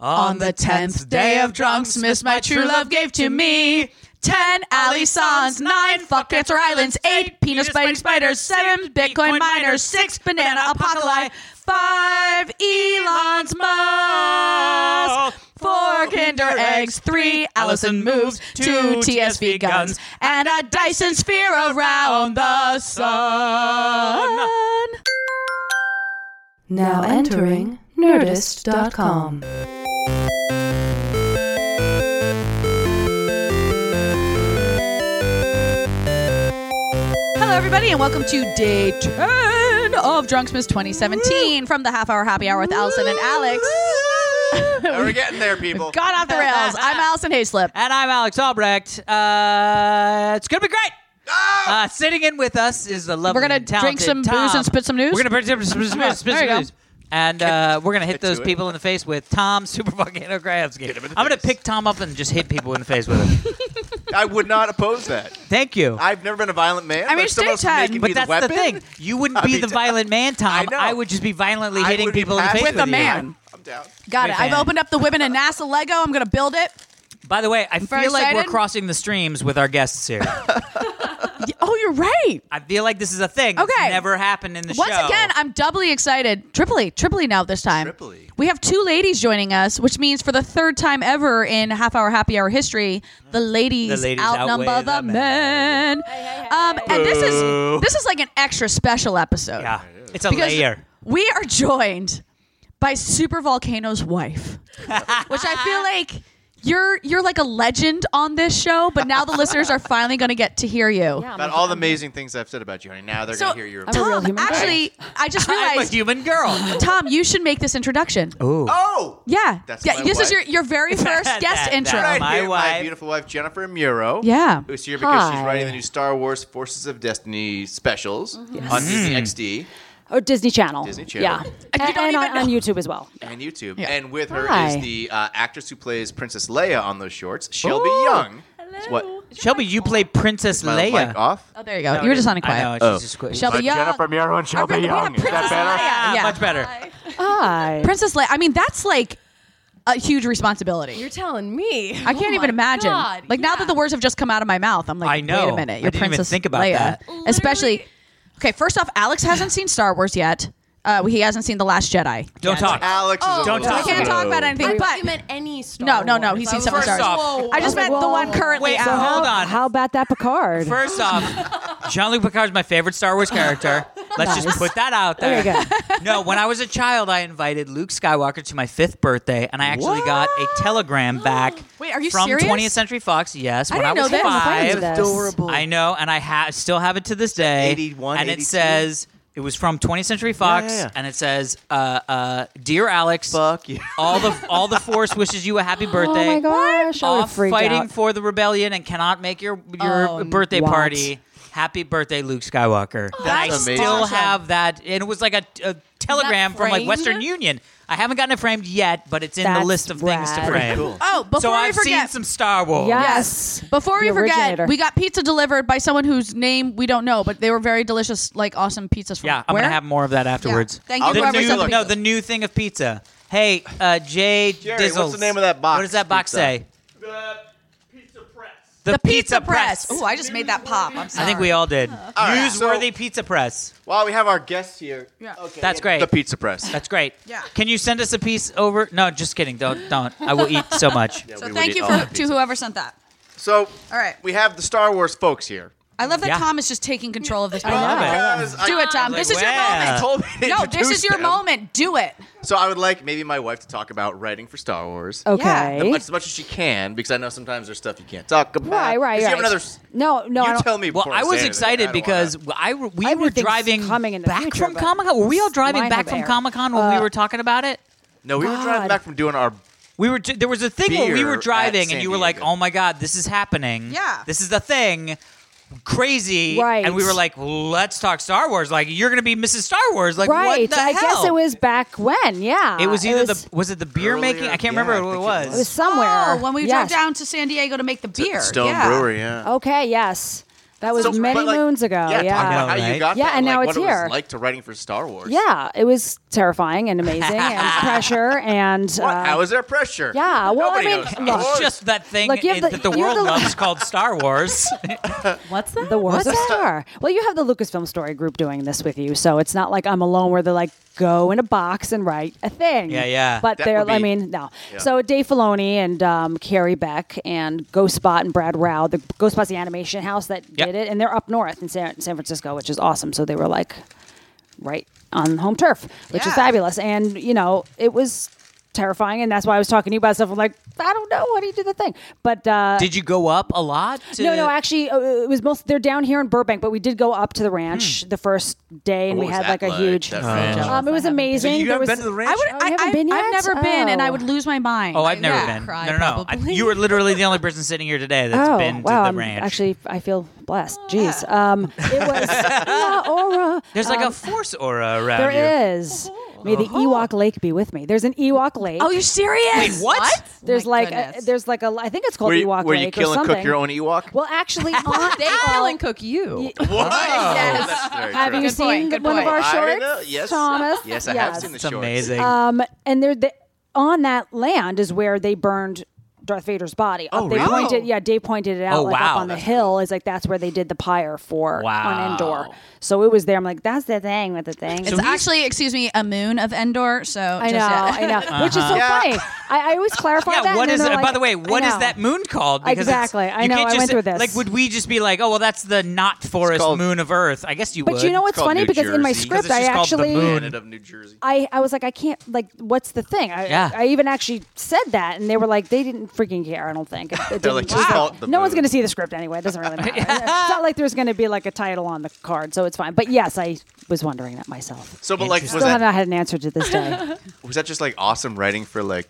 On the tenth day of drunks, Miss my true love gave to me. Ten Alisons, nine fuck cancer islands, eight penis biting spiders, seven Bitcoin miners, six banana apocalypse, five Elon's musk, four Kinder eggs, three Allison moves, two TSV guns, and a Dyson sphere around the sun. Now entering Nerdist.com. Hello, everybody, and welcome to day 10 of Drunksmith 2017 from the half hour happy hour with Allison and Alex. We're getting there, people. Got off the rails. I'm Allison Hayslip. And I'm Alex Albrecht. Uh, it's going to be great. Uh, sitting in with us is the lovely We're gonna and talented drink some Tom. booze and spit some news? We're going to spit some news. Spit There some you go. news. And uh, we're going to hit to those it. people in the face with Tom Super Volcano Grabsky. him in the I'm going to face. pick Tom up and just hit people in the face with him. I would not oppose that. Thank you. I've never been a violent man. I mean, but if it's someone else was daytime. making but me that's the, the, weapon, thing. You wouldn't I'd be be the d- violent man, Tom. I know. would just be violently I hitting would be people in the face with, passive With a you. man. I'm down. Got Big it. I've fan. opened up the women and NASA Lego. I'm going to build it. By the way, I Very feel like we're excited? crossing the streams with our guests here. Y- Oh, you're right. I feel like this is a thing. that's Okay. never happened in the Once show. again, I'm doubly excited. Triply, triply E now this time. Triply. We have two ladies joining us, which means for the third time ever in half hour happy hour history, the ladies, The ladies outnumber outweigh the the men. Um, and this is this is like an extra special episode. yeah, it's a because layer. we are joined by Super Volcano's wife, which I feel like you're you're like a legend on this show, but now the listeners are finally going to get to hear you. Yeah, I'm About like, all the I'm- amazing things I've said about you, honey. Now they're So, gonna hear your. I'm a real Tom, human actually, I just I'm a realized, human girl. Tom, you should make this introduction. Ooh. oh, Yeah, That's yeah. my This is wife. your your very first That- guest that- intro. right Oh, My here, my wife. beautiful wife Jennifer Muro. Yeah. who's here because she's Hi. writing the new Star Wars Forces of Destiny specials Mm-hmm. on Mm. Disney XD Or Disney Channel. Disney Channel. Yeah. And you And, don't and even on, on YouTube as well. and YouTube. Yeah. And with her Hi. is the uh, actress who plays Princess Leia on those shorts, Shelby Young. Hello. What? Shelby, you play Princess My Leia. mic off. Oh, there you go. you were just on a quiet. I know, Oh. she's just quick. Shelby Young. Jennifer Miro and Shelby Young. Princess Leia. Ah, Yeah. Much better. Hi. Princess Leia. I mean, that's like a huge responsibility. You're telling me. I can't Oh even my imagine. God, Like now yeah. that the words have just come out of my mouth, I'm like, I know. wait a minute, I you're didn't even Princess think about Leia. that. Especially, okay. First off, Alex hasn't seen Star Wars yet. Uh, he hasn't seen The Last Jedi. Don't talk. Alex is Oh, a Don't little- talk. We can't talk about I anything. thought you But meant any Star no, no, no. Wars. He's I seen was some like, Star Wars. whoa. I just like, meant the whoa. one currently Wait, so out. hold on. How about that Picard? First off, Jean-Luc Picard is my favorite Star Wars character. Let's just put that out there. There you No, when I was a child, I invited Luke Skywalker to my fifth birthday, and I actually got a telegram back Wait, are you from serious? 20th Century Fox. Yes, I when I didn't was know this. I five. didn't know this. Adorable. I know, and I ha- still have it to this day. 81, and it 82? says it was from 20th Century Fox, yeah, yeah. and it says, uh, uh, "Dear Alex, Fuck you. all the all the Force wishes you a happy Oh birthday." my gosh. I would off freak fighting out. for the rebellion and cannot make your your Oh, birthday what? party. Happy birthday, Luke Skywalker! And I that's still awesome. have that, and it was like a, a telegram from like framed? Western Union. I haven't gotten it framed yet, but it's in the That's list of things to rad. frame. Cool. Oh, before So we I've seen forget, some Star Wars. Yes. Before we The forget, originator. we got pizza delivered by someone whose name we don't know, but they were very delicious, like awesome pizzas from yeah. I'm where? gonna have more of that afterwards. Thank you, The whoever new- sent the look, pizza. No, the new thing of pizza. Hey, uh, Jay Jerry, Dizzles. what's the name of that box What does that box pizza? say? The pizza press. The, the pizza, press. Oh, I just made that pop. I'm I sorry. think we all did. right, Newsworthy so- pizza press. While we have our guests here, Yeah. That's great. the pizza press. That's great. Yeah. Can you send us a piece over? No, just kidding. Don't don't. I will eat so much. Yeah, we So would thank eat you all for that to pizza. whoever sent that. So, All right. we have the Star Wars folks here. I love that Yeah. Tom is just taking control of this. I love it. Because I- Do it, Tom. Like, this is your wow. moment. told me to No, this introduce is your them. moment. Do it. So I would like maybe my wife to talk about writing for Star Wars. Yeah. Okay. Much, as much as she can, because I know sometimes there's stuff you can't talk about. Right, right, Does she right. have another? no, no. I you don't, tell me. Well, before I was say anything. excited I don't because wanna- I we were Everything's driving coming in the back future, from but Comic Con. Were we all driving mine back have from air. Comic Con when we were talking about it? no, we were driving God. back from doing our. We were ju- there was a thing where we Beer were at driving San and you were like, Diego. "Oh my god, this is happening. Yeah. this is the thing." Crazy, Right. And we were like, "Let's talk Star Wars." Like, you're gonna be Mrs. Star Wars. Like, right. what the I hell? guess it was back when. Yeah. It was either was- the was it the beer Earlier- making? I can't yeah, remember I what it think it was. It was somewhere. Oh, when we yes. drove down to San Diego to make the beer. Stone yeah. Brewery, yeah. Okay. Yes. That Oh, was So, many but, like, moons ago. Yeah, Yeah. talk about I know, how right? you got Yeah, that, and like, now what it's it here. was like to writing for Star Wars. Yeah, it was terrifying and amazing and pressure and uh, What? How is there pressure? yeah. Well, Nobody I mean, knows Star look, It's just that thing Look, you have it- the- that the you have world the- loves called Star Wars. What's that? the Wars of What's that? Star. Well, you have the Lucasfilm Story Group doing this with you, so it's not like I'm alone where they're like, go in a box and write a thing. Yeah, yeah. But That they're, would I be- mean, no. Yeah. So Dave Filoni and um, Carrie Beck and Ghostbot and Brad Rao, the Ghostbot's the animation house that Yep. did it, and they're up north in San, San Francisco, which is awesome. So they were like right on home turf, which Yeah. is fabulous. And, you know, it was terrifying, and that's why I was talking to you about stuff. I'm like, I don't know. How do you do the thing? But uh, Did you go up a lot? to- no, no, actually, uh, it was most. They're down here in Burbank, but we did go up to the ranch the first day, and What we was had that like a like, huge. that ranch? Um, it was amazing. So you There haven't was- been to the ranch? I would. Oh, you I, haven't I, been I've yet? never been, and I would Oh. lose my mind. Oh, I've never Yeah, been. cry no, no, no. I- probably. you were literally the only person sitting here today that's oh, been wow, to I'm- the ranch. Actually, I feel blessed. Jeez, um, it was La Aura. There's like a um, force aura around there you. is. May the Ewok Lake be with me. There's an Ewok Lake. oh, you're serious? Wait, what? there's My like a, uh, goodness. there's like a I think it's called Were you, Ewok were Lake you kill or and something. cook your own Ewok? well, actually, on They kill and cook you. What? Oh, Yes. That's very Have true. you Good seen point, the- good one of point. our I shorts, know, yes. Thomas? Yes, I have seen the It's shorts. amazing. Um, and there, the, on that land is where they burned Darth Vader's body. Up, Oh, they really? pointed, yeah, Dave pointed it out, Oh, like wow, up on the that's hill. Is like that's where they did the pyre for Wow. on Endor. So it was there. I'm like, that's the thing with the thing. It's actually, excuse me, a moon of Endor. So I know, just, uh, yeah. I know, which is so Yeah. funny. I, I always clarify that. Uh-huh. yeah, and what then is it? they're by like- the way, I what is know. that moon called? it's- Exactly. I you know, can't I just, went through this. Like, would we just be like, oh, well, that's the not forest called- moon of Earth? I guess you But would. you know what's called funny? New Because in my Jersey. script, Because it's I just called the actually. moon. Planet of New Jersey. I, I was like, I can't, like, what's the thing? I, Yeah. I even actually said that, and they were like, they didn't freaking care, I don't think. It, it They're didn't- like, it just was call it the no one's moon. going to see the script anyway. It doesn't really matter. It's not like there's going to be, like, a title on the card, so it's fine. But yes, I was wondering that myself. So, but like, was Still have that, not had an answer to this day. was that just like awesome writing for like,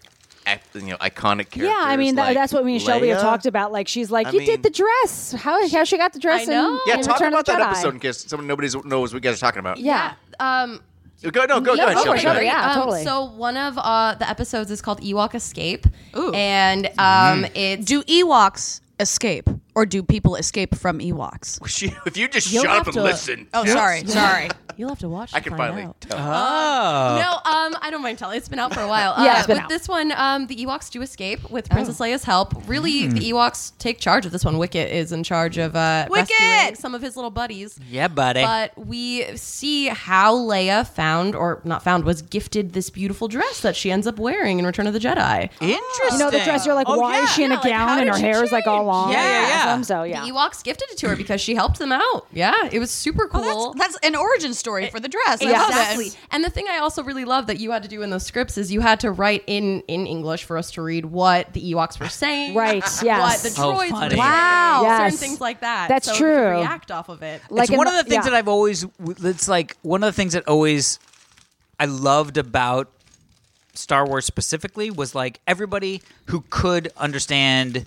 act- you know, iconic characters? yeah, I mean, that, like that's what me and Shelby have Leia? talked about. Like, she's like, I you mean- did the dress. How, how she got the dress? I know. In, Yeah, in talk Return of about the that Jedi. episody in case someone nobody knows what you guys are talking about. Yeah. Um, Go, no, go, go ahead, no, Shelby. for sure, go ahead. yeah. Um, totally. So one of uh, the episodes is called Ewok Escape, Ooh. and Mm-hmm. um, it's Do Ewoks escape, or do people escape from Ewoks? She- if you just You'll shut up have and to- listen. Oh, Yeah. sorry, sorry. you'll have to watch. I can finally tell. Oh. No, um, I don't mind telling. It's been out for a while. Uh, Yeah, Uh, it's been with out. Oh. this one, um, the Ewoks do escape with Princess Leia's help. Really, Hmm. the Ewoks take charge of this one. Wicket is in charge of uh, Wicket! rescuing some of his little buddies. Yeah, buddy. But we see how Leia found, or not found, was gifted this beautiful dress that she ends up wearing in Return of the Jedi. Interesting. You know, the dress, you're like, Oh, why yeah. is she in Yeah, a like, gown how and did her she hair is, like, all change? long? Yeah, yeah, yeah. Awesome, So, Oh, yeah. The Ewoks gifted it to her because she helped them out. Yeah, it was super Oh, cool. Well, that's, that's an origin story for the dress. I love Exactly. it. And the thing I also really love that you had to do in those scripts is you had to write in in English for us to read what the Ewoks were saying. Right, yes. What the Oh, droids were funny. saying. Wow. Certain Yes. things like that. That's so we could true. react off of it. Like it's in one of the- the things yeah. that I've always. It's like one of the things that always I loved about Star Wars specifically was like everybody who could understand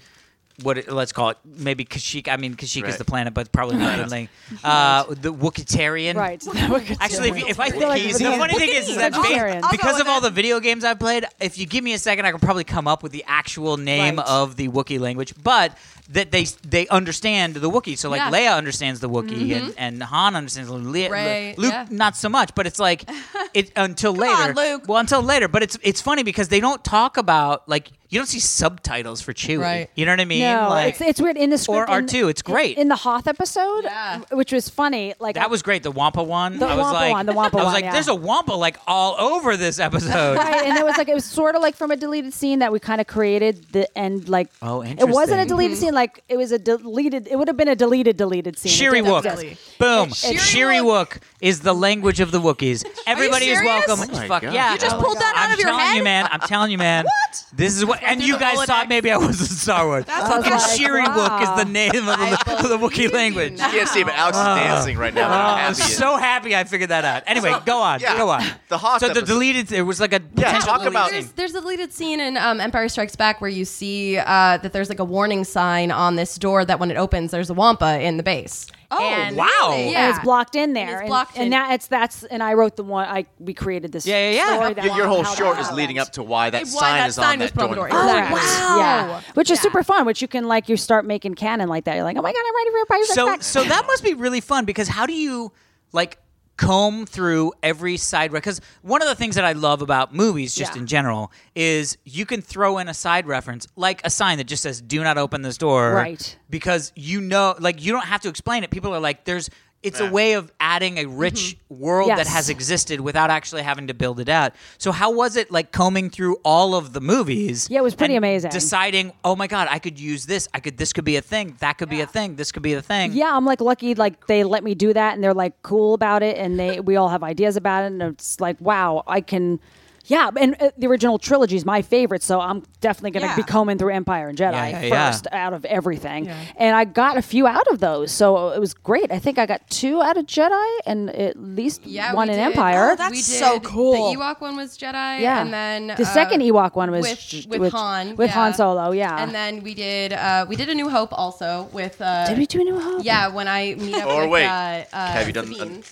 what it, let's call it maybe Kashyyyk. I mean Kashyyyk is Right. the planet, but probably not the thing. Uh, the Wukatarian. Right. Actually, if, if I think They're like the vegan- funny thing is, is that Vegetarian. based- I'll go because with of all that. the video games I've played, if you give me a second, I could probably come up with the actual name Right. of the Wookiee language. But that they they understand the Wookiee, so like Yeah. Leia understands the Wookiee, Mm-hmm. and, and Han understands Le- Le- Ray, Luke yeah. not so much. But it's like it until later. on, Luke. Well, until later. But it's it's funny because they don't talk about like you don't see subtitles for Chewie. Right. You know what I mean? No, like, it's, it's weird in the script. or in- R2, it's in- great. In, the Hoth episode, Yeah. which was funny. Like I- That was great. The Wampa one. The I was Wampa like, one, the Wampa I was one, like, yeah. there's a Wampa like all over this episode. Right, and it was like it was sort of like from a deleted scene that we kind of created the end. Like Oh, It wasn't a interesting. deleted Mm-hmm. scene. Like it was a deleted. It would have been a deleted deleted scene. It Shiri didn't Wook. exist. Boom. Shiri Shiri Wook is the language of the Wookiees. Everybody is serious? welcome. Oh my Fuck God. yeah. You just pulled that out I'm of your telling head? you, man. I'm telling you, man. what? This is what. And in you the guys Rolodex. thought maybe I was in Star Wars. was Fucking like, Shiri wow. Wook is the name of the, of the Wookiee language. You can't see it, but Alex is dancing right now. Oh, I'm I'm happy. so happy I figured that out. Anyway, go on. Yeah. Go on. The Hoth So the episode. deleted, it was like a. potential talk deleted about- scene. There's, there's a deleted scene in um, Empire Strikes Back where you see uh, that there's like a warning sign on this door that when it opens, there's a Wampa in the base. Oh, and wow. Yeah, and it's blocked in there. it's and- blocked and, in. that it's that's and I wrote the one I we created this. Yeah, yeah, yeah. story Your- that- Your, your whole how that short is happened. leading up to why that Why sign that is sign on was that door. Providore. Oh, Correct. Wow. Yeah, which is super fun. Which you can like you start making canon like that. You're like, oh my god, I'm writing for Empire Strikes so Back. so that must be really fun because how do you like comb through every side reference because one of the things that i love about movies just Yeah. in general is you can throw in a side reference like a sign that just says do not open this door Right. because you know like you don't have to explain it people are like there's it's a Yeah. way of adding a rich world that Mm-hmm. Yes. has existed without actually having to build it out so how was it like combing through all of the movies Yeah, it was pretty and amazing. deciding oh my god i could use this i could this could be a thing that could be a thing this could be a thing yeah, I'm like lucky. Like they let me do that, and they're like cool about it, and they we all have ideas about it, and it's like wow, I can. Yeah, and uh, the original trilogy is my favorite, so I'm definitely going to Yeah. be combing through Empire and Jedi Yeah, yeah, first out of everything. And I got a few out of those, so it was great. I think I got two out of Jedi and at least Yeah, one we in did. Empire. Oh, that's We did. so cool. The The Ewok one was Jedi, Yeah. and then uh, The second Ewok one was j- with, with, with- Han, with yeah. Han Solo, yeah. And then we did uh, we did a New Hope also with. Uh, Did we do a New Hope? Yeah, when I meet up Or with wait, uh, uh, have you done Sabine. an-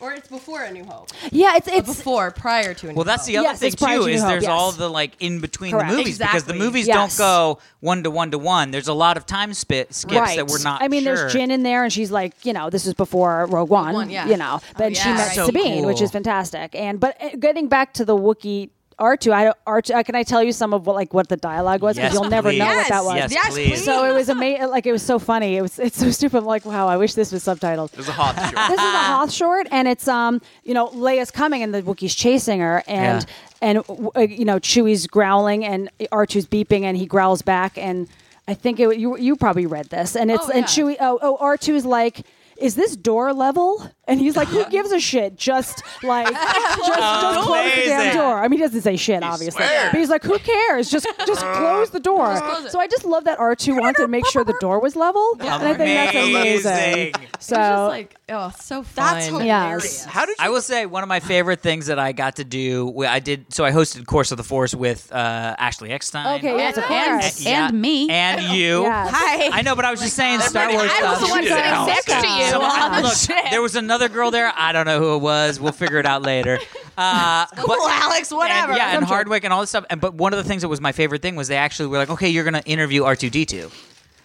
or it's before a New Hope. yeah, it's Or it's before, prior to a New Well, that's the Hope. other Yes, thing it's prior too. to Is New Hope, there's all yes. the like in between Correct. the movies because the Exactly. movies Yes. don't go one to one to one. There's a lot of time spit skips that we're not. I mean, sure. there's Jin in there, and she's like, you know, this is before Rogue One, One, yeah. you know, but she yeah, met right. So Sabine, cool. which is fantastic. And but uh, getting back to the Wookiee R2, I R2, uh, can I tell you some of what like what the dialogue was because Yes, you'll never know please. what that was. Yes, Yes, please. please. So it was amazing. Like it was so funny. It was it's so stupid. I'm like, wow, I wish this was subtitled. There's a hot short. this is a Hoth short, and it's um, you know, Leia's coming, and the Wookiee's chasing her, and and w- uh, you know, Chewie's growling, and R2's beeping, and he growls back, and I think it, you you probably read this, and it's Oh, and yeah. Chewie, oh oh, R2's like. Is this door level? And he's like, who gives a shit? Just like, just, just close the damn Amazing. door. I mean, he doesn't say shit, obviously. swears. But he's like, who cares? Just, just close the door. close it. So I just love that R2 wanted to make sure the door was level. And I think that's amazing. Amazing. So It's just like oh, so fun. That's Yes. hilarious. How did I will say one of my favorite things that I got to do. we- I did so I hosted Course of the Force with uh, Ashley Eckstein. Okay, yes, of And- course. Yeah. And me. and you. Yes. Hi. I know, but I was just saying Star Everybody- Wars. I was stuff. the one You sitting did it. next to you So, on I- the look, ship. there was another girl there. I don't know who it was. We'll figure it out later. Uh, but- Well, Alex, whatever. And, yeah, and Some shit. Hardwick and all this stuff. And but one of the things that was my favorite thing was they actually were like, "Okay, you're gonna interview R two D 2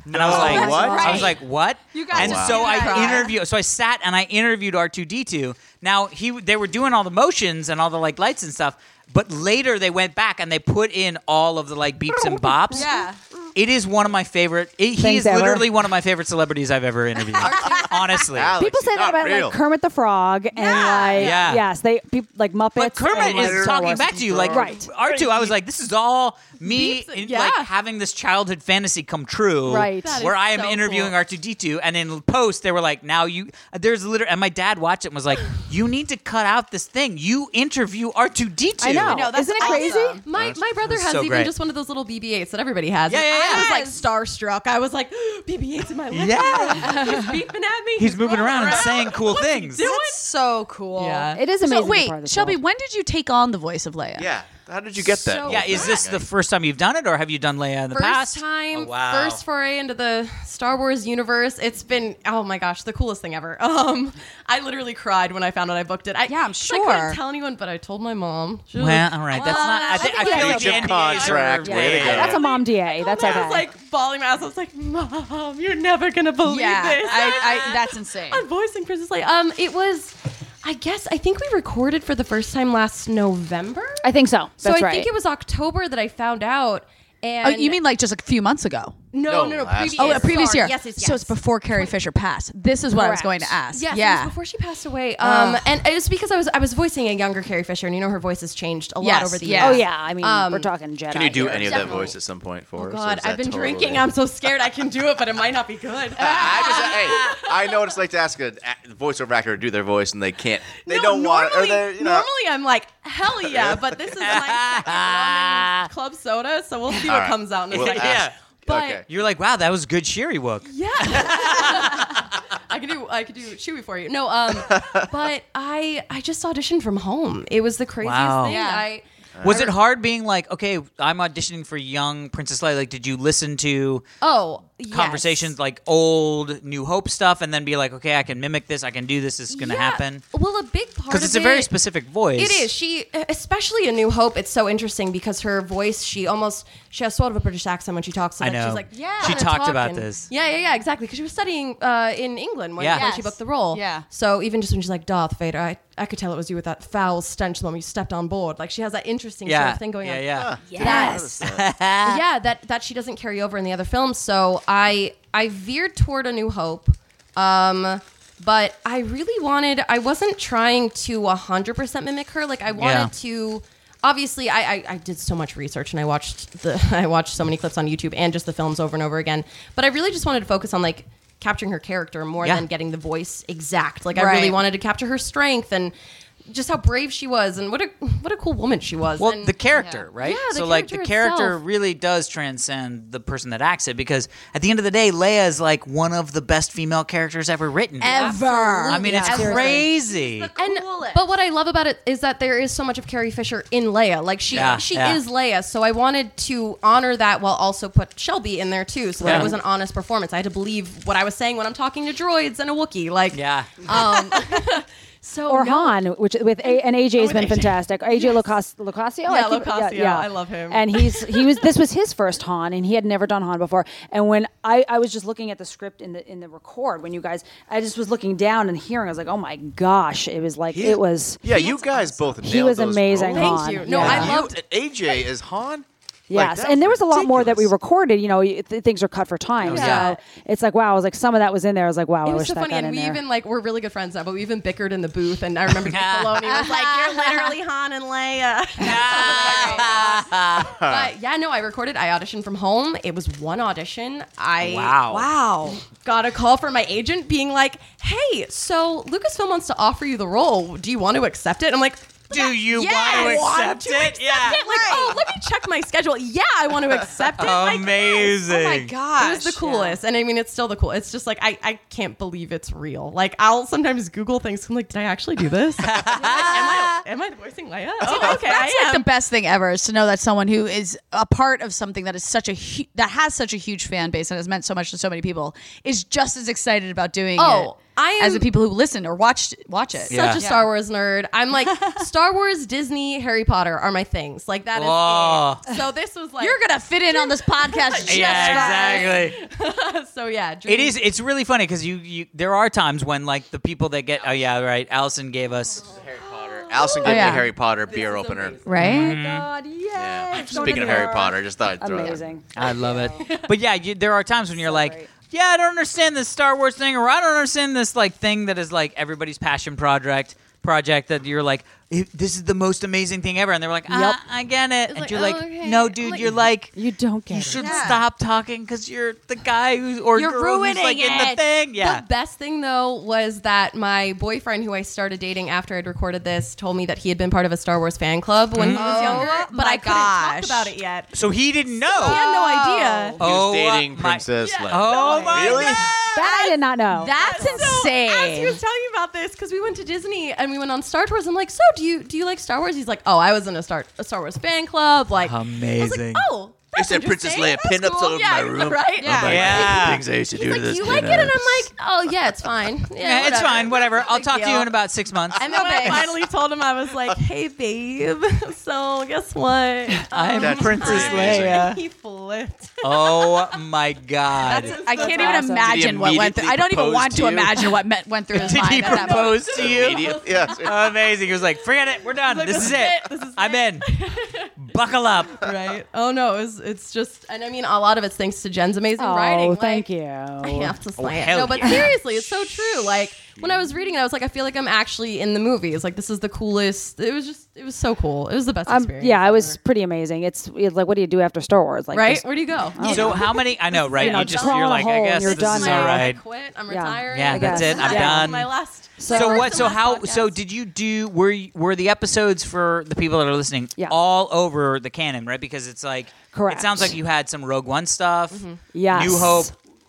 and I was No, like, what? I was like, what? You guys and are so so I cry. interviewed. So I sat and I interviewed R two D two. Now he, they were doing all the motions and all the like lights and stuff. But later they went back and they put in all of the like beeps and bops. Yeah. it is one of my favorite. It, he Thanks, is Emma. literally one of my favorite celebrities I've ever interviewed. Honestly, Alex, People say it's that not about real. like Kermit the Frog and like Yeah. yes, they peop like Muppets. But Kermit and, like, is Star talking Wars. back to you like Right. R2. I was like, this is all me Beeps, in, yeah. like having this childhood fantasy come true. Right. That is Where I am so interviewing cool. R2D2 and in post they were like, now you there's literally and my dad watched it and was like, you need to cut out this thing. You interview R2D2. I know. know, that's Isn't it awesome. crazy? My my brother That's has so even great. just one of those little BB-8s that everybody has. Yeah, yeah, I yeah. was like starstruck. I was like BB-8's in my life. Yeah. he's beeping at me. He's moving around and rolling saying cool things. That's so cool. Yeah. It is amazing. So to be part of wait, this Shelby, world. when did you take on the voice of Leia? Yeah. How did you get that? So- Yeah, is this the first time you've done it or have you done Leia in the first past? time, Oh, wow. first foray into the Star Wars universe. It's been oh my gosh, the coolest thing ever. Um, I literally cried when I found out I booked it. I, Yeah, I'm 'cause I sure. couldn't tell anyone, but I told my mom. She was Well, like, all right. "Oh, That's not. I, I think, think I we feel have like a the good NDAs are contract. Way to way- go. that's a mom DA. That's I okay. was like bawling my ass. I was like, "Mom, you're never gonna believe Yeah, this." I, I, that's insane. on voicing Princess Leia. Um, it was, I guess, I think we recorded for the first time last November. I think so. That's so I right. think it was October that I found out. And Oh, you mean like just a few months ago? no, No, no, no, last previous, year. Oh, a previous sorry. year. Yes, yes, yes. So it's before Carrie Fisher passed. This is what I was Correct. going to ask. Yes, yeah. yeah. It was before she passed away. Um, and it was because I was I was voicing a younger Carrie Fisher, and you know her voice has changed a Yes, lot over the yeah. oh years. yeah, I mean we're talking Jedi. Can you do here. any of that Definitely. voice at some point for us? or Oh, God, Oh, is that I've been totally- Ah, drinking. I'm so scared I can do it, but it might not be good. I just, hey, I know what it's like to ask a a voiceover actor to do their voice and they can't. They No, don't want. Or normally- they, you know, Normally, I'm like, hell yeah, but this is like rum and club soda, so we'll see what All right. comes out in a We'll second. ask- But- okay. You're like, wow, that was good Sherry Wook. I could do I could do Chewy for you. No, um, but I I just auditioned from home. It was the craziest Wow. thing. Yeah. I Was it hard being like, okay, I'm auditioning for young Princess Leia? Like, did you listen to? oh Yes. conversations like old New Hope stuff, and then be like, okay, I can mimic this. I can do this. This is going to Yeah. happen. Well, a big part Because of it's a very it- specific voice. It is. She, especially in New Hope, it's so interesting because her voice, she almost, she has sort of a British accent when she talks. Like, I know. She's like, yeah. She I'm talked about talking." this. Yeah, yeah, yeah, exactly. Because she was studying uh, in England when, Yeah. when she Yes. booked the role. Yeah. So even just when she's like, Darth Vader, I, I could tell it was you with that foul stench the moment you stepped on board. Like, she has that interesting sort Yeah. of thing going yeah, on. yeah. Yes. yeah, that that she doesn't carry over in the other films. So I I veered toward A New Hope. Um but I really wanted I wasn't trying to 100% mimic her. Like I wanted Yeah. to obviously I, I I did so much research and I watched the I watched so many clips on YouTube and just the films over and over again. But I really just wanted to focus on like capturing her character more Yeah. than getting the voice exact. Like I Right. really wanted to capture her strength and just how brave she was and what a what a cool woman she was. Well, and, the character, right? Yeah, the so like the character character itself. really does transcend the person that acts it because at the end of the day, Leia is like one of the best female characters ever written. Ever. I mean, it's Absolutely. crazy. and but what I love about it is that there is so much of Carrie Fisher in Leia. Like she Yeah, she yeah. is Leia, so I wanted to honor that while also put Shelby in there too, so that Yeah. it was an honest performance. I had to believe what I was saying when I'm talking to droids and a Wookiee. Like Yeah. um, so or no. Oh, Han, which with a, and AJ has been fantastic. AJ Locas- Locascio, I Yeah, keep- Locascio. I love him. And he's he was this was his first Han, and he had never done Han before. And when I, I was just looking at the script in the in the record when you guys, I just was looking down and hearing. I was like, oh my gosh, it was like it was. Yeah, you guys both nailed He was those amazing. roles. Han. Thank you. No, Yeah. I You- loved AJ as Han. Like, Yes, that's and there was a lot more that we ridiculous. Oh, recorded. You know, y- th- things are cut for time, Yeah. so it's like wow. I was like, some of that was in there. I was like, wow, I It was wish so that funny, got and in we there. even oh like we're really good friends now. But we even bickered in the booth, and I remember Filoni was like, "You're literally Han and Leia." but yeah, no, I recorded. I auditioned from home. It was one audition. I Wow. wow got a call from my agent being like, "Hey, so Lucasfilm wants to offer you the role. Do you want to accept it?" I'm like. Do you Yes. want to accept it? Yeah. Like, oh, let me check my schedule. Yeah, I want to accept it. Like, Amazing. Oh my it gosh. was the coolest. And I mean, it's still the coolest. It's just like, I, I can't believe it's real. Like, I'll sometimes Google things. I'm like, did I actually do this? am, I, am I voicing Leia? Oh, okay. That's I like am. the best thing ever is to know that someone who is a part of something that is such a hu- that has such a huge fan base and has meant so much to so many people is just as excited about doing Oh, it I am- as the people who listen or watched watch it. such Yeah. a Star Wars nerd. I'm like, Star Wars, Disney, Harry Potter are my things. Like, that is Whoa. it. So this was like, You're gonna fit in on this podcast just fine. yeah, exactly. so yeah. It dream- is. It's really funny because you, you. There are times when like the people that get. Oh yeah, right. Allison gave us. Allison Oh, gave me yeah. a Harry Potter beer opener. Right? God, Mm-hmm. Yeah. Speaking of Harry Potter, I just thought I'd throw that. amazing. I love it. But yeah, you, there are times when you're like, yeah, I don't understand this Star Wars thing, or I don't understand this like thing that is like everybody's passion project. Project that you're like, "Eh, this is the most amazing thing ever, and they're like, ah, I get it, and like, you're "Oh, like, okay." no, I'm dude, like- you're like, You don't get you it. should stop talking because you're the guy who or You're girl who's ruining like in the it. thing, yeah. The best thing though was that my boyfriend, who I started dating after I'd recorded this, told me that he had been part of a Star Wars fan club when he was younger, my but I couldn't talk gosh. about it yet. so he didn't know. He had no idea. He was Oh, dating my- Princess Leia. Oh my Really? That I did not know. That's As he insane. was telling me about this, because we went to Disney and we went on Star Wars. I'm like, so do you do you like Star Wars? He's like, oh, I was in a Star a Star Wars fan club. Like, I was Amazing. like, oh. I That's said Princess interesting. Leia That's pinups cool. all over yeah, my room. Right? Yeah. God. Yeah. Things I used to do He's to like, this. you like it? And I'm like, oh, yeah, it's fine. Yeah, Yeah, it's whatever. fine, whatever. I'll Big talk to you deal. in about six months. And then when I finally told him, I was like, "Hey, babe. So guess what? Uh, I'm That's Princess pretty amazing. Leia. He flipped. Oh my god. I can't awesome. even Did he imagine what went through. I don't even immediately want to propose to you? imagine what met, went through his Did mind. he at that moment. propose to you? Immediate- yes. Amazing. He was like, forget it. We're done. this, is it. This is I'm in. Buckle up. right. Oh no, it was, it's just, and I mean, a lot of it's thanks to Jen's amazing oh, writing. thank you. I have to say it. Oh, hell No, but yeah. seriously, it's so true. Like when I was reading it, I was like, I feel like I'm actually in the movie. It's like this is the coolest. It was just, it was so cool. It was the best Um, experience. yeah, I was pretty amazing. It's, it's like, what do you do after Star Wars? Like, Right? just- Where do you go? So how many? I know, right? You, know, just crawl you're in a like, I hole and guess you're this done is now. all I right. quit. I'm Yeah. retiring. Yeah, I that's guess. it. I'm Yeah. done. My last. So- So my what? first So and how? last So podcast. did you do? Were you- were the episodes for the people that are listening Yeah. all over the canon? Right? Because it's like, It Correct. Mm-hmm. sounds like you had some Rogue One stuff, Yes. New Hope,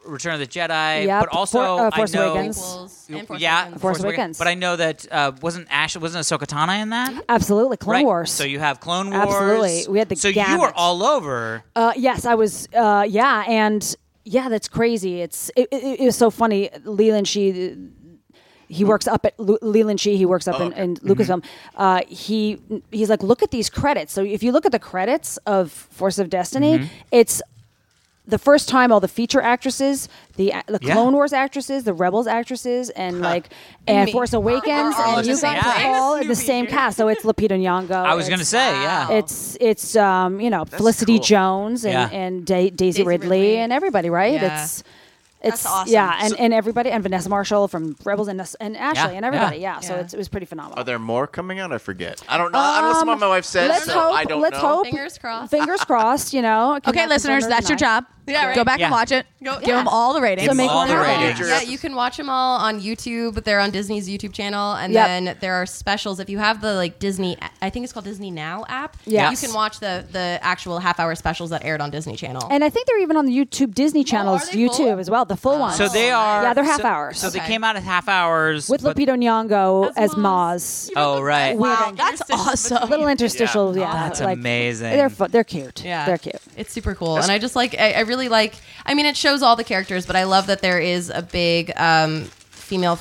Return of the Jedi, Yep. but also For- uh, Force I know. Awakens. Sequels and Force yeah, Awakens. Force Awakens. But I know that uh, wasn't Ash wasn't Ahsoka Tana in that? Absolutely, Clone right. Wars. So you have Clone Wars. Absolutely. We had the Oh, So you gamut. were all over. uh, yes, I was. Uh, yeah, and yeah, that's crazy. It's it, it, it was so funny. Leland she he works up at Lu- Leland She. He works Oh, up in, in Mm-hmm. Lucasfilm. Uh, he he's like, look at these credits. So if you look at the credits of Force of Destiny, Mm-hmm. it's the first time all the feature actresses, the a- the Yeah. Clone Wars actresces, the Rebels actresses, and like and Me. Force Awakens, all and the you same guys are cast. all in the same cast. So it's Lupita Nyong'o. I was it's- gonna say, yeah. It's it's um you know Felicity cool. Jones and Oh. Yeah. and da- Daisy Ridley, Ridley. and everybody, right? Yeah. It's it's That's awesome. yeah, and, and everybody and Vanessa Marshall from Rebels and us- and Ashley Yeah, and everybody, yeah. yeah. So Yeah. it's, it was pretty phenomenal. Are there more coming out? I forget. I don't know. I don't listen to what my wife says. let's so hope. I don't let's know. hope. Fingers crossed. Fingers crossed. You know. it can Okay, happen listeners, sooner that's your than job. Yeah, right. Go back Yeah. and watch it. Go, give them all the ratings. Give 'em make all one the happen. ratings. Yeah, you can watch them all on YouTube. They're on Disney's YouTube channel, and Yep. then there are specials. If you have the like Disney, I think it's called Disney Now app. Yes. you can watch the the actual half hour specials that aired on Disney Channel. And I think they're even on the YouTube Disney channels they YouTube full? as well, the full ones. So they are. Yeah, they're half so- hours. So they Okay. came out at half hours. with but- Lupito Nyong'o as As Maz. Oh right. Wow, that's awesome. Little interstitial, yeah. That's like, amazing. They're fu- they're cute. Yeah, they're cute. It's super cool, and I just like. I, I really like. I mean, it shows all the characters, but I love that there is a big um, female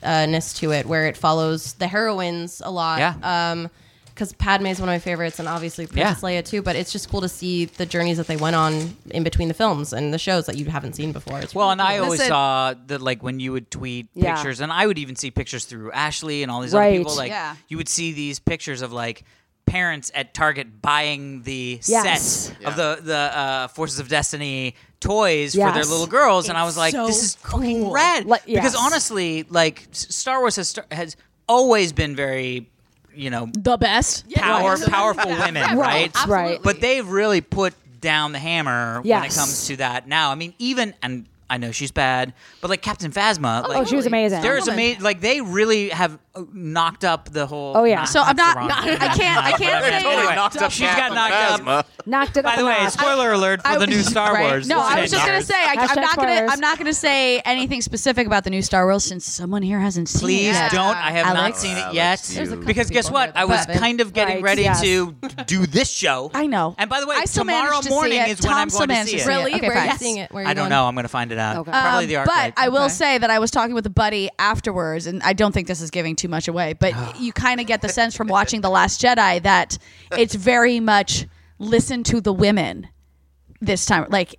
forwardness to it, where it follows the heroines a lot. Yeah. because Padme is one of my favorites, and obviously Princess Yeah. Leia too. But it's just cool to see the journeys that they went on in between the films and the shows that you haven't seen before. It's Well, really and I always Listen- saw that, like when you would tweet Yeah. pictures, and I would even see pictures through Ashley and all these Right. other people. Like Yeah. you would see these pictures of like parents at Target buying the Yes. set of the the uh, Forces of Destiny toys for their Yes. little girls, and I It's was like, so this is fucking cool. rad. Like, yes. Because honestly, like S- Star Wars has star- has always been very, you know, The best. power powerful women, right? Right. Absolutely. But they've really put down the hammer when Yes. it comes to that now. I mean, even and I know she's bad, but like Captain Phasma, like Oh, she was amazing. there's woman. amazing. Like they really have uh, knocked up the whole. Oh, yeah. not- So I'm that's the not- wrong not- word. I can't- I Not what can't meant. say Totally Anyway, knocked up She's got Captain knocked Phasma. up. Knocked it By up the a way, notch. spoiler alert for the new Star Right. Wars. No, I Ten was just gonna years. say I, I'm Hashtag not gonna spoilers. I'm not gonna say anything specific about the new Star Wars since someone here hasn't seen Please it. yet. don't. I have Alex. not seen it Alex, yet. There's a couple because guess people what? here I was that haven't. kind of getting Right, ready yes. to do this show. I know. And by the way, I still tomorrow managed to see morning it. is when Tom I'm still going to managed see to it. see it. really, Okay, where are fine. you seeing it? Where are you I don't going? know. I'm going to find it out. Okay. Probably Um, the but archive. I will Okay. say that I was talking with a buddy afterwards, and I don't think this is giving too much away, but you kind of get the sense from watching The Last Jedi that it's very much listen to the women this time. Like,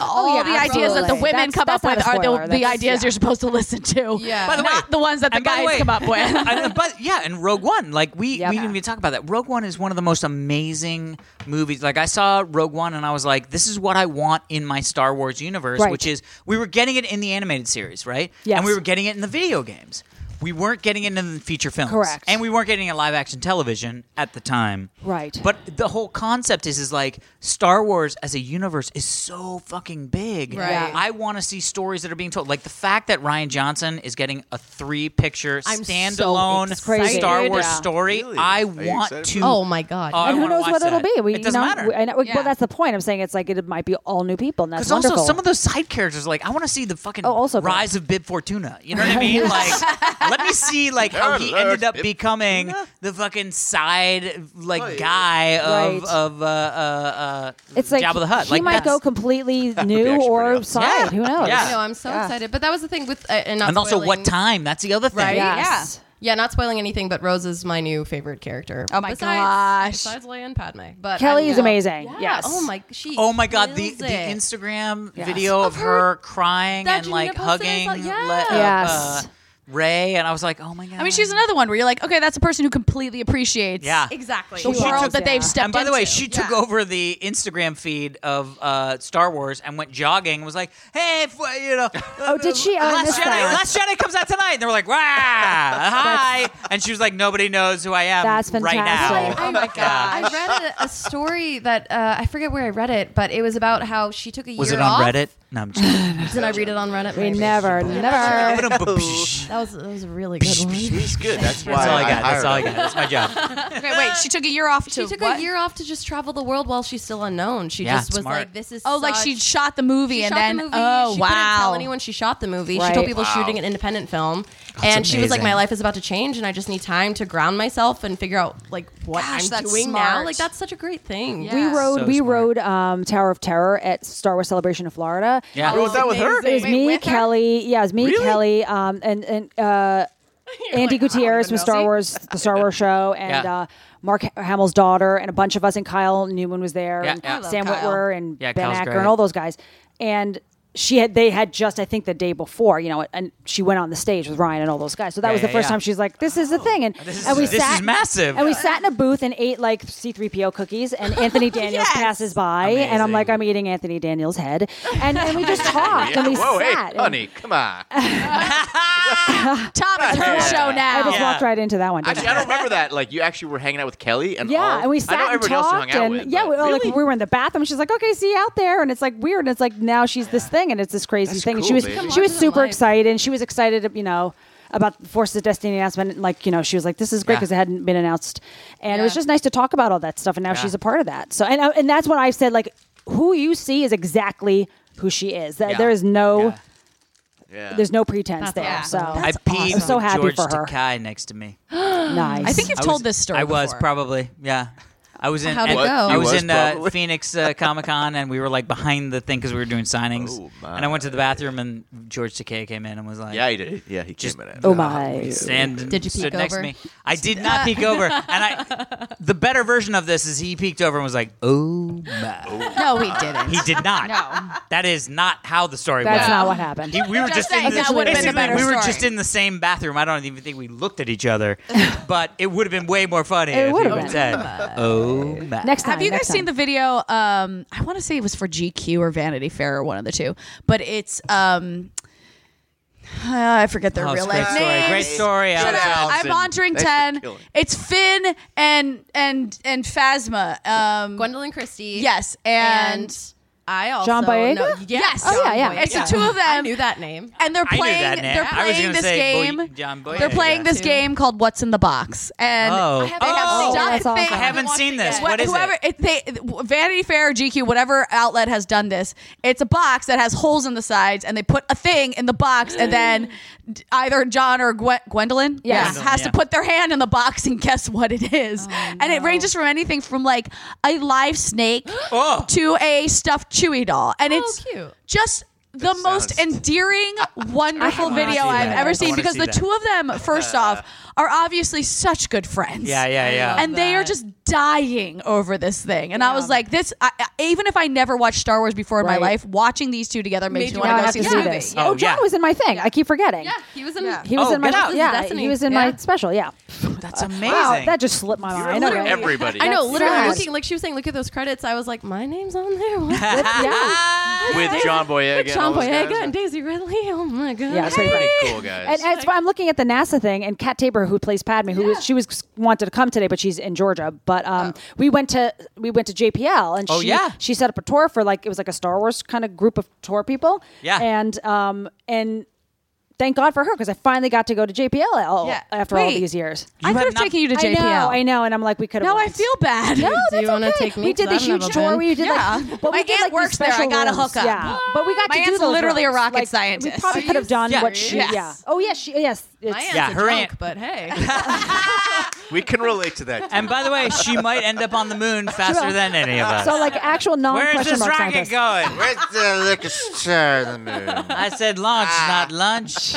all yeah, the ideas that the absolutely. women That's- come up that's not with a are spoiler. the, the That's- ideas yeah. you're supposed to listen to. Yeah. By the way- not the ones that the and by guys the way- come up with. I- but yeah, and Rogue One, like we Yep. we didn't even talk about that. Rogue One is one of the most amazing movies. Like I saw Rogue One, and I was like, this is what I want in my Star Wars universe, Right. which is we were getting it in the animated series, right? Yes. and we were getting it in the video games. We weren't getting it in the feature films, Correct. And we weren't getting it in live action television at the time, Right. But the whole concept is is like Star Wars as a universe is so fucking big. Right. Yeah. I want to see stories that are being told, like the fact that Ryan Johnson is getting a three picture I'm so standalone excited. Star Wars Yeah. story. Really? I Are you want excited to. for that? Oh my god. I and who wanna knows watch what it'll that. be? We, it doesn't you know, matter. we- I know- Yeah. Well, that's the point. I'm saying it's like it might be all new people, and that's because also wonderful. some of those side characters, are like I want to see the fucking Oh, also good. rise of Bib Fortuna. You know what I mean? Like, let me see like how he ended up Bib becoming the fucking side like Oh, yeah. guy of Right. of uh, uh, uh, it's like Jabba the Hutt. he like might that's- go completely be new actually pretty or awesome. side. Yeah. Who knows? Yeah. I know. I'm so Yeah. excited. But that was the thing with uh, and, not and also spoiling- what time? That's the other thing. Right. Yeah. Yes. Yeah, not spoiling anything, but Rose is my new favorite character. Oh my besides, gosh. Besides Leia and Padme, but Kelly I is know- amazing, Yeah. yes. Oh my. She. Oh my god, the, kills the it. Instagram Yes. video of, Of her, her- crying that and Janina like posted, I hugging saw- Le- Yes. uh, Ray, and I was like, oh my god. I mean, she's another one where you're like, okay, that's a person who completely appreciates Yeah. Exactly. the She world took- that they've yeah. stepped And by the way, into. she took Yeah. over the Instagram feed of uh, Star Wars and went jogging. and Was like, "Hey, f- you know, oh, did she? Oh, I Last missed Jedi, that. Last Jedi comes out tonight." And they were like, "Wow, hi!" And she was like, "Nobody knows who I am That's right now." fantastic. Oh my god! I read a, a story that uh, I forget where I read it, but it was about how she took a year Was it on off. Reddit? No, I'm just kidding. Did I read it on Reddit? We Maybe. never, never. That was that was a really good one. She She's good. That's why That's all I got. hired That's all I her. got. That's my job. Okay, wait, she took a year off to took what? a year off to just travel the world while she's still unknown. She Yeah, just was smart. like, "This is Oh, like she such- shot the movie She and shot then the movie. oh she wow. couldn't tell anyone she shot the movie. She Right. told people shooting an independent film, and she was like, amazing. "My life is about to change, and I just need time to ground myself and figure out like what Gosh, I'm that's doing now." smart. Like that's such a great thing. Yeah. We rode. So we smart. rode um, Tower of Terror at Star Wars Celebration in Florida. Yeah. You wrote Oh, that with her? It was Wait, me, with her? Kelly. Yeah, it was me, Kelly, um, and and uh, Andy Gutierrez from Star Wars, the Star Wars show, and Yeah. uh, Mark H- Hamill's daughter, and a bunch of us, and Kyle Newman was there, Yeah, and yeah. I love Sam Kyle. Witwer, and Yeah, Ben Kyle's Acker, great. and all those guys, and. She had they had just I think the day before you know and she went on the stage with Ryan and all those guys so that Yeah, was the yeah, first yeah. time she's like this is Oh. the thing and, This and is- we this sat is massive. and we sat in a booth and ate like C3PO cookies and Anthony Daniels passes by and I'm Amazing. like I'm eating Anthony Daniels head and, and we just talked and we Whoa, hey, sat and- honey, come on. Tom, it's her show I now. just walked right into that one. didn't Actually, I I? don't remember that. Like, you actually were hanging out with Kelly and all. Yeah, and we I know sat and everyone else you hung talked, out and with, yeah, but we, oh, really? like we were in the bathroom. She's like, "Okay, see you out there," and it's like weird. And it's like now she's this thing, and it's this crazy That's thing. and she cool, was baby. she was Larger than super life. excited, and she was excited, you know, about the Forces of Destiny announcement. And like you know, she was like, "This is great" Yeah. because it hadn't been announced, and it was Yeah. just nice to talk about all that stuff. And now she's a part of that. So and uh, and that's when I said like, who you see is exactly who she is. That Yeah. there is no Yeah. yeah. there's no pretense That's there. awesome. So I peed I'm so with happy George for her. Takei next to me. nice. I think you've I told was- this story. I was before. probably yeah. I was in. How'd it and- go? I You was, was in uh, probably? Phoenix uh, Comic Con, and we were like behind the thing because we were doing signings. Oh, my. and I went to the bathroom, and George Takei came in and was like, yeah, he did. Yeah, he came in. oh my. stand Did you stood peek next to over? me. I did not peek over, and I. The better version of this is he peeked over and was like, "Oh my!" No, he didn't. He did not. No. That is not how the story That's went. not what happened. He- we were Just just, saying in the, that would've been a basically, better we were story. just in the same bathroom. I don't even think we looked at each other, but it would have been way more funny. if he would've had been. said, "Oh my!" Next time. Have you guys next seen time. the video? Um, I want to say it was for GQ or Vanity Fair or one of the two, but it's um, uh, I forget their Oh, it's real a life great story. names. Great story, Shut Alex up. Allison. I'm on drink Thanks for ten. killing. It's Finn and and and Phasma. Um, Gwendolyn Christie. Yes, and- and, I also John Boyega? know- yeah, Yes. John Oh, yeah, yeah. Boyega. It's the two of them. I knew that name. and they're I knew playing. that name. They're I was playing gonna this say Boy- game. John Boyega. They're playing this Too. game called "What's in the Box," and Oh. they I have haven't seen done that. Oh, that's things. awesome. I haven't seen this. Wh- What is whoever, it? they, Vanity Fair, GQ, whatever outlet has done this, it's a box that has holes in the sides, and they put a thing in the box, and then d- either John or Gwen, Gwendolyn, Yes. Gwendolyn, has yeah. to put their hand in the box and guess what it Oh, is. and it ranges from anything from like a live snake Oh. to a stuffed Chewy doll, and it's cute. just. The That most sounds- endearing, wonderful wanna video see I've that. ever I seen wanna because see the that. two of them, first off, are obviously such good friends. Yeah, yeah, yeah. And they are that. just dying over this thing. And I was like, this, I, I- even if I never watched Star Wars before in Right. my life, watching these two together makes me you want Now to I go have see to the see movie. this. Oh, Oh, John yeah. was in my thing. I keep forgetting. Yeah, he was in. He was Oh, in my Get Out. yeah. Destiny. He was in Yeah. my special. Yeah. That's amazing. Wow, that just slipped my mind. remember Okay. everybody. I know, That's literally sad. looking like she was saying, "Look at those credits." I was like, "My name's on there." What? yeah. With John Boyega. and all John those Boyega guys. and Daisy Ridley. Oh my god. Yeah, it's pretty Pretty funny. cool guys. And, and it's- I'm looking at the NASA thing, and Kat Tabor, who plays Padme, who was, she was wanted to come today, but she's in Georgia. But um, Oh. we went to we went to JPL, and Oh, she yeah. she set up a tour for like it was like a Star Wars kind of group of tour people. Yeah. and um and thank God for her because I finally got to go to JPL Yeah. after all Wait. these years. I could have have not- taken you to I JPL. know, I know, and I'm like we could. have Now I went. feel bad. No, Do you that's wanna okay. take me? We did 'Cause this I don't huge have a tour. We did Yeah. like, but My we did aunt like these works there. I special gotta rooms. hook up. Yeah, but we got My to do aunt's those literally a rooms. rocket Like, scientist. We probably Are could have you done what she. serious? Yeah. Oh yeah, she. Yes. My It's, aunt's Yeah, a her drunk, aunt- But hey, we can relate to that. And by the way, she might end up on the moon faster than any of us. so like actual non Where's question this mark rocket scientist. going? Where's the liquor star in the moon? I said launch, not lunch.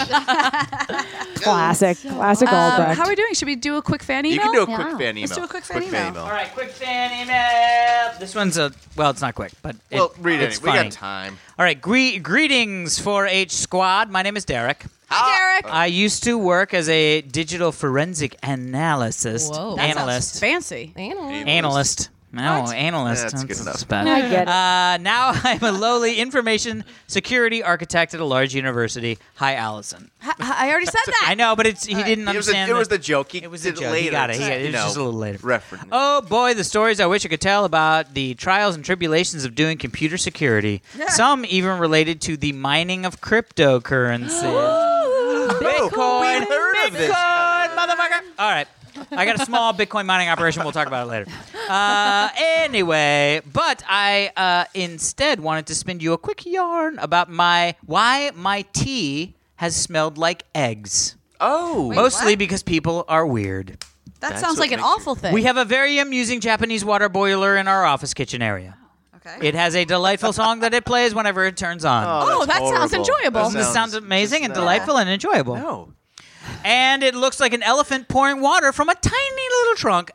Classic, classic Um, Albrecht. how are we doing? Should we do a quick fan email? You can do a quick Yeah. fan email. Let's do a quick fan email. All right, quick fan email. This one's a well, it's not quick, but it, Well, read it's it. We funny. got time. All right, gre- greetings 4-H squad. My name is Derek. Ah, Derek. Uh, I used to work as a digital forensic analyst. Whoa. That sounds analyst. Fancy. animal. Analyst. No, analyst. That's good enough. bad. I get it. Uh, now I'm a lowly information security architect at a large university. Hi, Allison. H- I already said that. I know, but it's he didn't It was, a, understand. it was the- the joke. He It was a did joke. Later. He got it. He It's, got it. It you was know, just a little later. Reference. Oh boy, the stories I wish I could tell about the trials and tribulations of doing computer security. Some even related to the mining of cryptocurrencies. Bitcoin, Oh, we heard of this. Bitcoin, motherfucker. All right. I got a small Bitcoin mining operation. We'll talk about it later. Uh, anyway, but I uh, instead wanted to spin you a quick yarn about my why my tea has smelled like eggs. Oh, Mostly what? because people are weird. That That's sounds what like an makes you- awful thing. We have a very amusing Japanese water boiler in our office kitchen area. okay. It has a delightful song that it plays whenever it turns on. Oh, that sounds enjoyable. this sounds amazing and delightful and enjoyable. No. And it looks like an elephant pouring water from a tiny little trunk.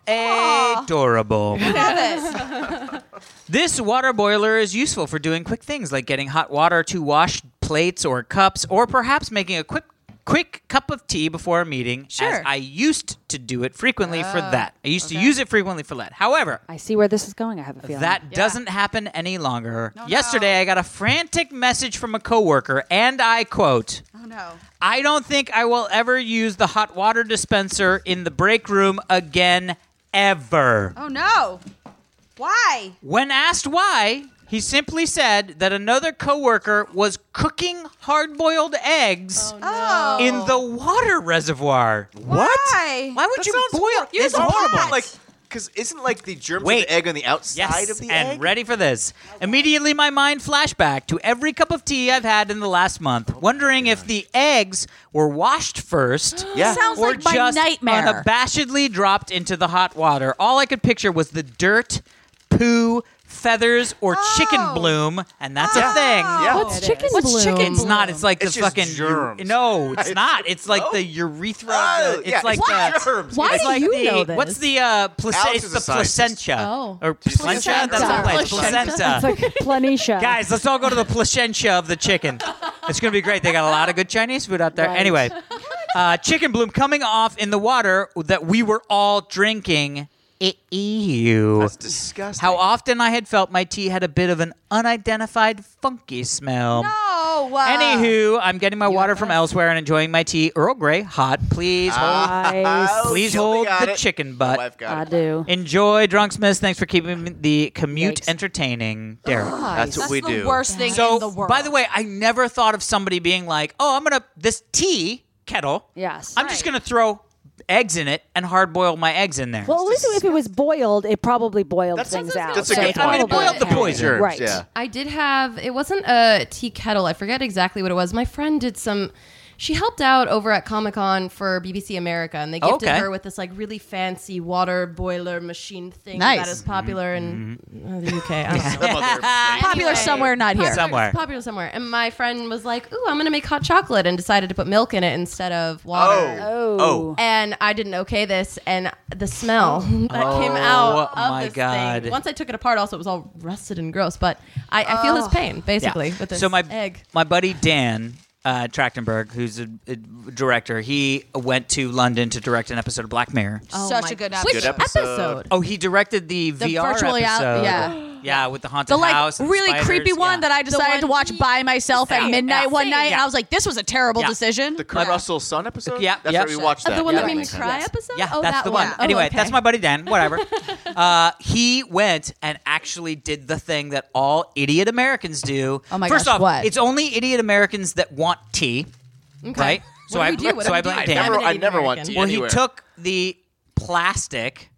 Adorable. Love it. This water boiler is useful for doing quick things like getting hot water to wash plates or cups, or perhaps making a quick quick cup of tea before a meeting. As Sure. I used to do it frequently for that. I used to use it frequently for that. However, I see where this is going. I have a feeling that doesn't happen any longer. Yesterday, I got a frantic message from a coworker, and I quote. Oh no. I don't think I will ever use the hot water dispenser in the break room again, ever. Oh no. Why? When asked why, he simply said that another coworker was cooking hard boiled eggs Oh. in the water reservoir. Why? Why would That you sounds boil? Use It's a horrible. lot. Like, Like, because isn't like the germs Wait. of the egg on the outside yes, of the and egg? ready for this. Immediately, my mind flashed back to every cup of tea I've had in the last month, Oh wondering if the eggs were washed first. Yeah. Sounds or like my just nightmare. unabashedly dropped into the hot water. All I could picture was the dirt, poo, feathers, or chicken Oh. bloom, and that's a thing. yeah. Oh, What's chicken What's bloom? chicken It's not. It's like It's the just fucking germs. No, it's not. It's like the urethra. Oh, the- it's yeah, like it's the. germs. Why It's do Like you the, know this? What's the uh, placenta? Alex It's is the a scientist. placentia. Oh. Or placentia? That's not right. Placenta. Placenta. It's like planitia. Guys, let's all go to the placentia of the chicken. It's going to be great. They got a lot of good Chinese food out there. Right. Anyway, uh, chicken bloom coming off in the water that we were all drinking. E- Ew. That's disgusting. How often I had felt my tea had a bit of an unidentified funky smell. Oh. Uh, Anywho, I'm getting my water from elsewhere and enjoying my tea. Earl Grey, hot. Please hold Ah. Guys, Please Shelby hold got the it. chicken My butt. wife got I it. do. Enjoy Drunksmiths. Thanks for keeping the commute Yikes. entertaining, Derek. That's what That's we the do. worst thing So, in the world. by the way, I never thought of somebody being like, "Oh, I'm gonna this tea kettle. Yes. I'm just gonna throw eggs in it and hard boil my eggs in there." well, at least if it was boiled, it probably boiled That's- things that's- out. that's a so good it point. I mean, it probably boiled the counted. poison. Germs, Right. Yeah. I did have it wasn't a tea kettle. I forget exactly what it was. My friend did some. She helped out over at Comic Con for BBC America, and they gifted Okay. her with this like really fancy water boiler machine thing Nice. that is popular in Mm-hmm. uh, the UK. I don't know. Some other place. popular Anyway. somewhere, not here. Popular- Somewhere. it's Popular somewhere. And my friend was like, "Ooh, I'm gonna make hot chocolate," and decided to put milk in it instead of water. Oh. Oh. And I didn't okay this, and the smell that Oh, came out of my this God. thing. Once I took it apart, also it was all rusted and gross. But I, I feel his pain Yeah. basically with this so my egg. my buddy Dan uh, Trachtenberg, who's a, a director, he went to London to direct an episode of Black Mirror. Oh Such my- a good Which episode. Good episode. Oh, he directed the, VR episode. virtual reality- yeah. yeah, with the haunted The like house, and really spiders. creepy one Yeah. that I decided one to watch he- by myself at Same. midnight Yeah. one Same. night, and Yeah. I was like, "This was a terrible Yeah. decision." The Kurt Russell Sun episode? Yeah, That's yeah. where we watched Oh, that. the one yeah, that made me makes cry sense. episode. Yeah, oh, that's that the one. one. Anyway, Oh, okay. that's my buddy Dan. Whatever. uh, he went and actually did the thing that all idiot Americans do. Oh my First gosh, off, what? it's only idiot Americans that want tea, right? So What I do we do? What so do I we do? blame I Damn. Dan. never, I Dominating never want American. tea Well, anywhere. he took the plastic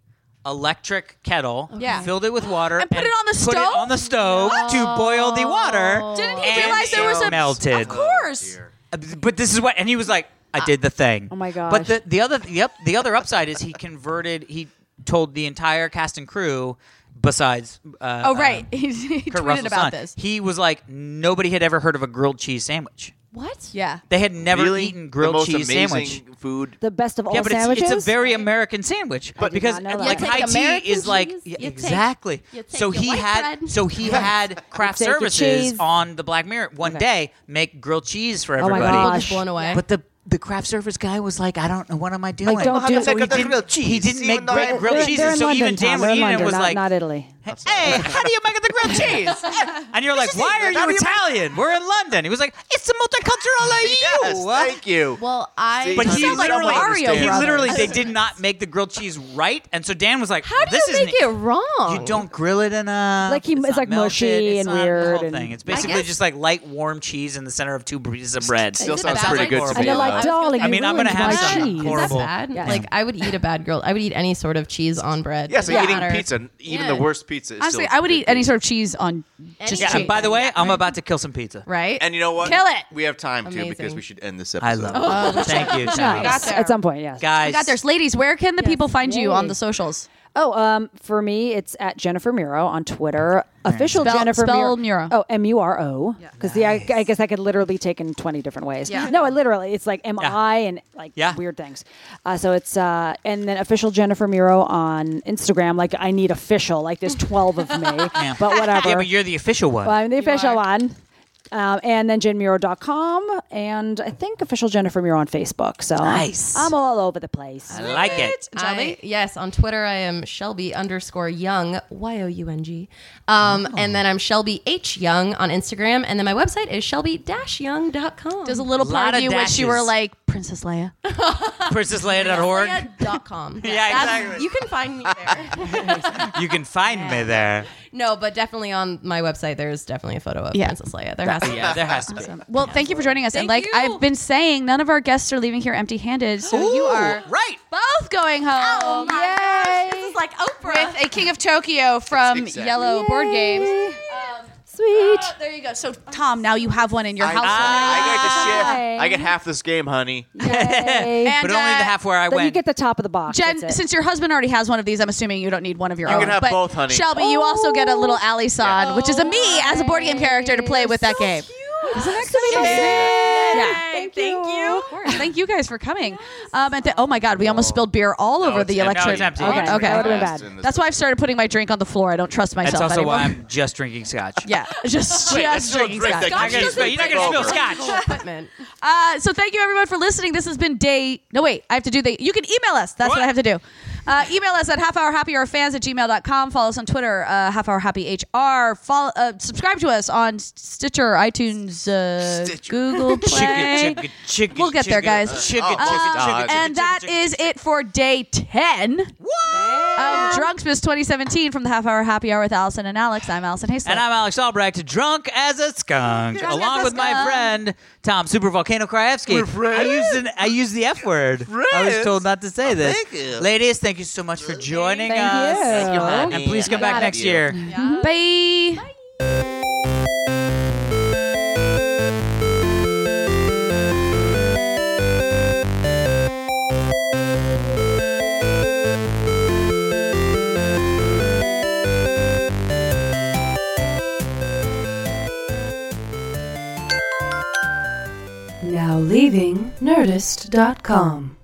electric kettle, Yeah. filled it with water, And put it on the put stove? it on the stove to boil the water. Didn't he and Oh, realize there it was a melted? Of course. Dear. But this is what, and he was like, Ah. "I did the thing." Oh my gosh. But the the other the, up, the other upside is he converted. He told the entire cast and crew, besides uh, oh right, um, he, he Kurt tweeted Russell's about son, this. He was like, nobody had ever heard of a grilled cheese sandwich. What? Yeah. They had never Really? eaten grilled the most cheese amazing sandwich. food. The best of all Yeah, but it's, sandwiches. it's a very American sandwich. But did because not know and, that. like You high take tea American is like cheese, yeah, you take- exactly. you take so your he white had bread. so he had craft take your services cheese. on the Black Mirror one day make grilled cheese for my everybody. gosh. Just blown away. But the the craft service guy was like, I don't know what am I doing. I don't do- So Mohammed he said, "Got the didn't, grilled cheese." he didn't See, make we're not- great grilled They're- cheeses. they're in so London, even Tom. Dan They're in Leenan London, was not, like, not Italy. Hey, how do you make the grilled cheese? and you're like, Why are How you do you make- Italian? We're in London. He was like, It's a multicultural EU. Yes, thank you. Well, I. See, But he like literally- Mario he Brothers. literally, they did not make the grilled cheese right, and so Dan was like, How do "This you isn't make it wrong? You don't grill it enough. Like he- it's not like mushy melted, it's and not the weird whole and- thing. It's I basically guess- just like light, warm cheese in the center of two pieces of bread. Still Is it sounds bad? pretty good to Like, and me. they're Yeah. like, though. darling, I you mean, I'm ruined gonna have my some. cheese. Horrible. Is that bad? Yeah. Like I would eat a bad grilled. I would eat any sort of cheese on bread. yeah, so Doesn't eating matter. pizza, even Yeah. the worst pizza. Is Honestly, still I would good eat any pizza. sort of cheese on just Any cheese. Yeah, cheese. and by the way, I'm about to kill some pizza. right? And you know what? Kill it. We have time too because Amazing. we should end this I episode. love it. Thank you, Tom. got Yes, there. at some point, yes. Guys, We got this. Ladies, where can the people find you on Yay. the socials? Oh, um, for me, it's at Jennifer Muro on Twitter. Official Spell- Jennifer spell Muro. Muro. Oh, M U R O. Because the I, I guess I could literally take in twenty different ways. Yeah. No, I literally it's like M I and like Yeah. weird things. Uh, so it's uh, and then official Jennifer Muro on Instagram. Like I need official. Like there's twelve of me, but whatever. Yeah, but you're the official one. Well, I'm the official are. one. Um, and then jenmuro.com and I think official Jennifer Muro on Facebook. So Nice. I'm all over the place. I like it. I, yes, on Twitter I am Shelby underscore Young Y O U N G, um, and then I'm Shelby H Young on Instagram, and then my website is Shelby Young.com. There's a little Lot part of of you wish you were dashes. like Princess Leia. PrincessLeia.org. dot com. Yeah, that's- exactly. You can find me there. You can find me there. no, but definitely on my website, there's definitely a photo of Yeah. Princess Leia. There has to be. Yeah, there has to be. Well, thank you for joining us. and like Thank you. I've been saying, none of our guests are leaving here empty-handed, so you are right. both going home. Yay! Oh This is like Oprah. With a King of Tokyo from Exactly. Yellow Board Games. Sweet. Oh, there you go. So Tom, now you have one in your I, household. I got to share. Yay. I get half this game, honey. Yay. And, But only uh, the half where I Then went. you get the top of the box. Jen, That's it. since your husband already has one of these, I'm assuming you don't need one of your You own. can have But both, honey. Shelby, you also get a little Oh. Alison, which is a me as a board game character to play with that game. Isn't that gonna be my Yeah. Thank, you. Thank you guys for coming. Um, and th- oh my God, we almost spilled beer all over it's the em- no, electric. it's empty. Okay, Okay. that would have been Last bad. in this- That's why I've started putting my drink on the floor. I don't trust myself That's also anymore. why I'm just drinking scotch. yeah, just just still drinking drink scotch. that You're not gonna Scotch spill- you're not going to spill doesn't scotch. Equipment. Uh, so thank you everyone for listening. This has been day. No, wait, I have to do the. You can email us. That's what, I have to do. Uh, email us at halfhourhappyhourfans at gmail.com. Follow us on Twitter, uh, halfhourhappyhr. Follow, uh, subscribe to us on Stitcher, iTunes, uh, Stitcher. Google Play. Chicka, chicka, chicka, We'll get there, chicka, uh, guys. Uh, Chicka, Oh, chicka, dog. chicka, chicka, and that chicka, is chicka. it for day 10 of Drunksmith 2017 from the Half Hour Happy Hour with Allison and Alex. I'm Allison Hastings. And I'm Alex Albrecht, drunk as a skunk, Drunk as along a with my skunk. friend Tom Super Volcano Kraevsky. I used an, I used the F word. I was Friends? Oh, told not to say this. thank you. Ladies, thank you so much for joining Thank us. you. Thank you, honey. And please come I back love next you. year. Bye. Now leaving Nerdist.com.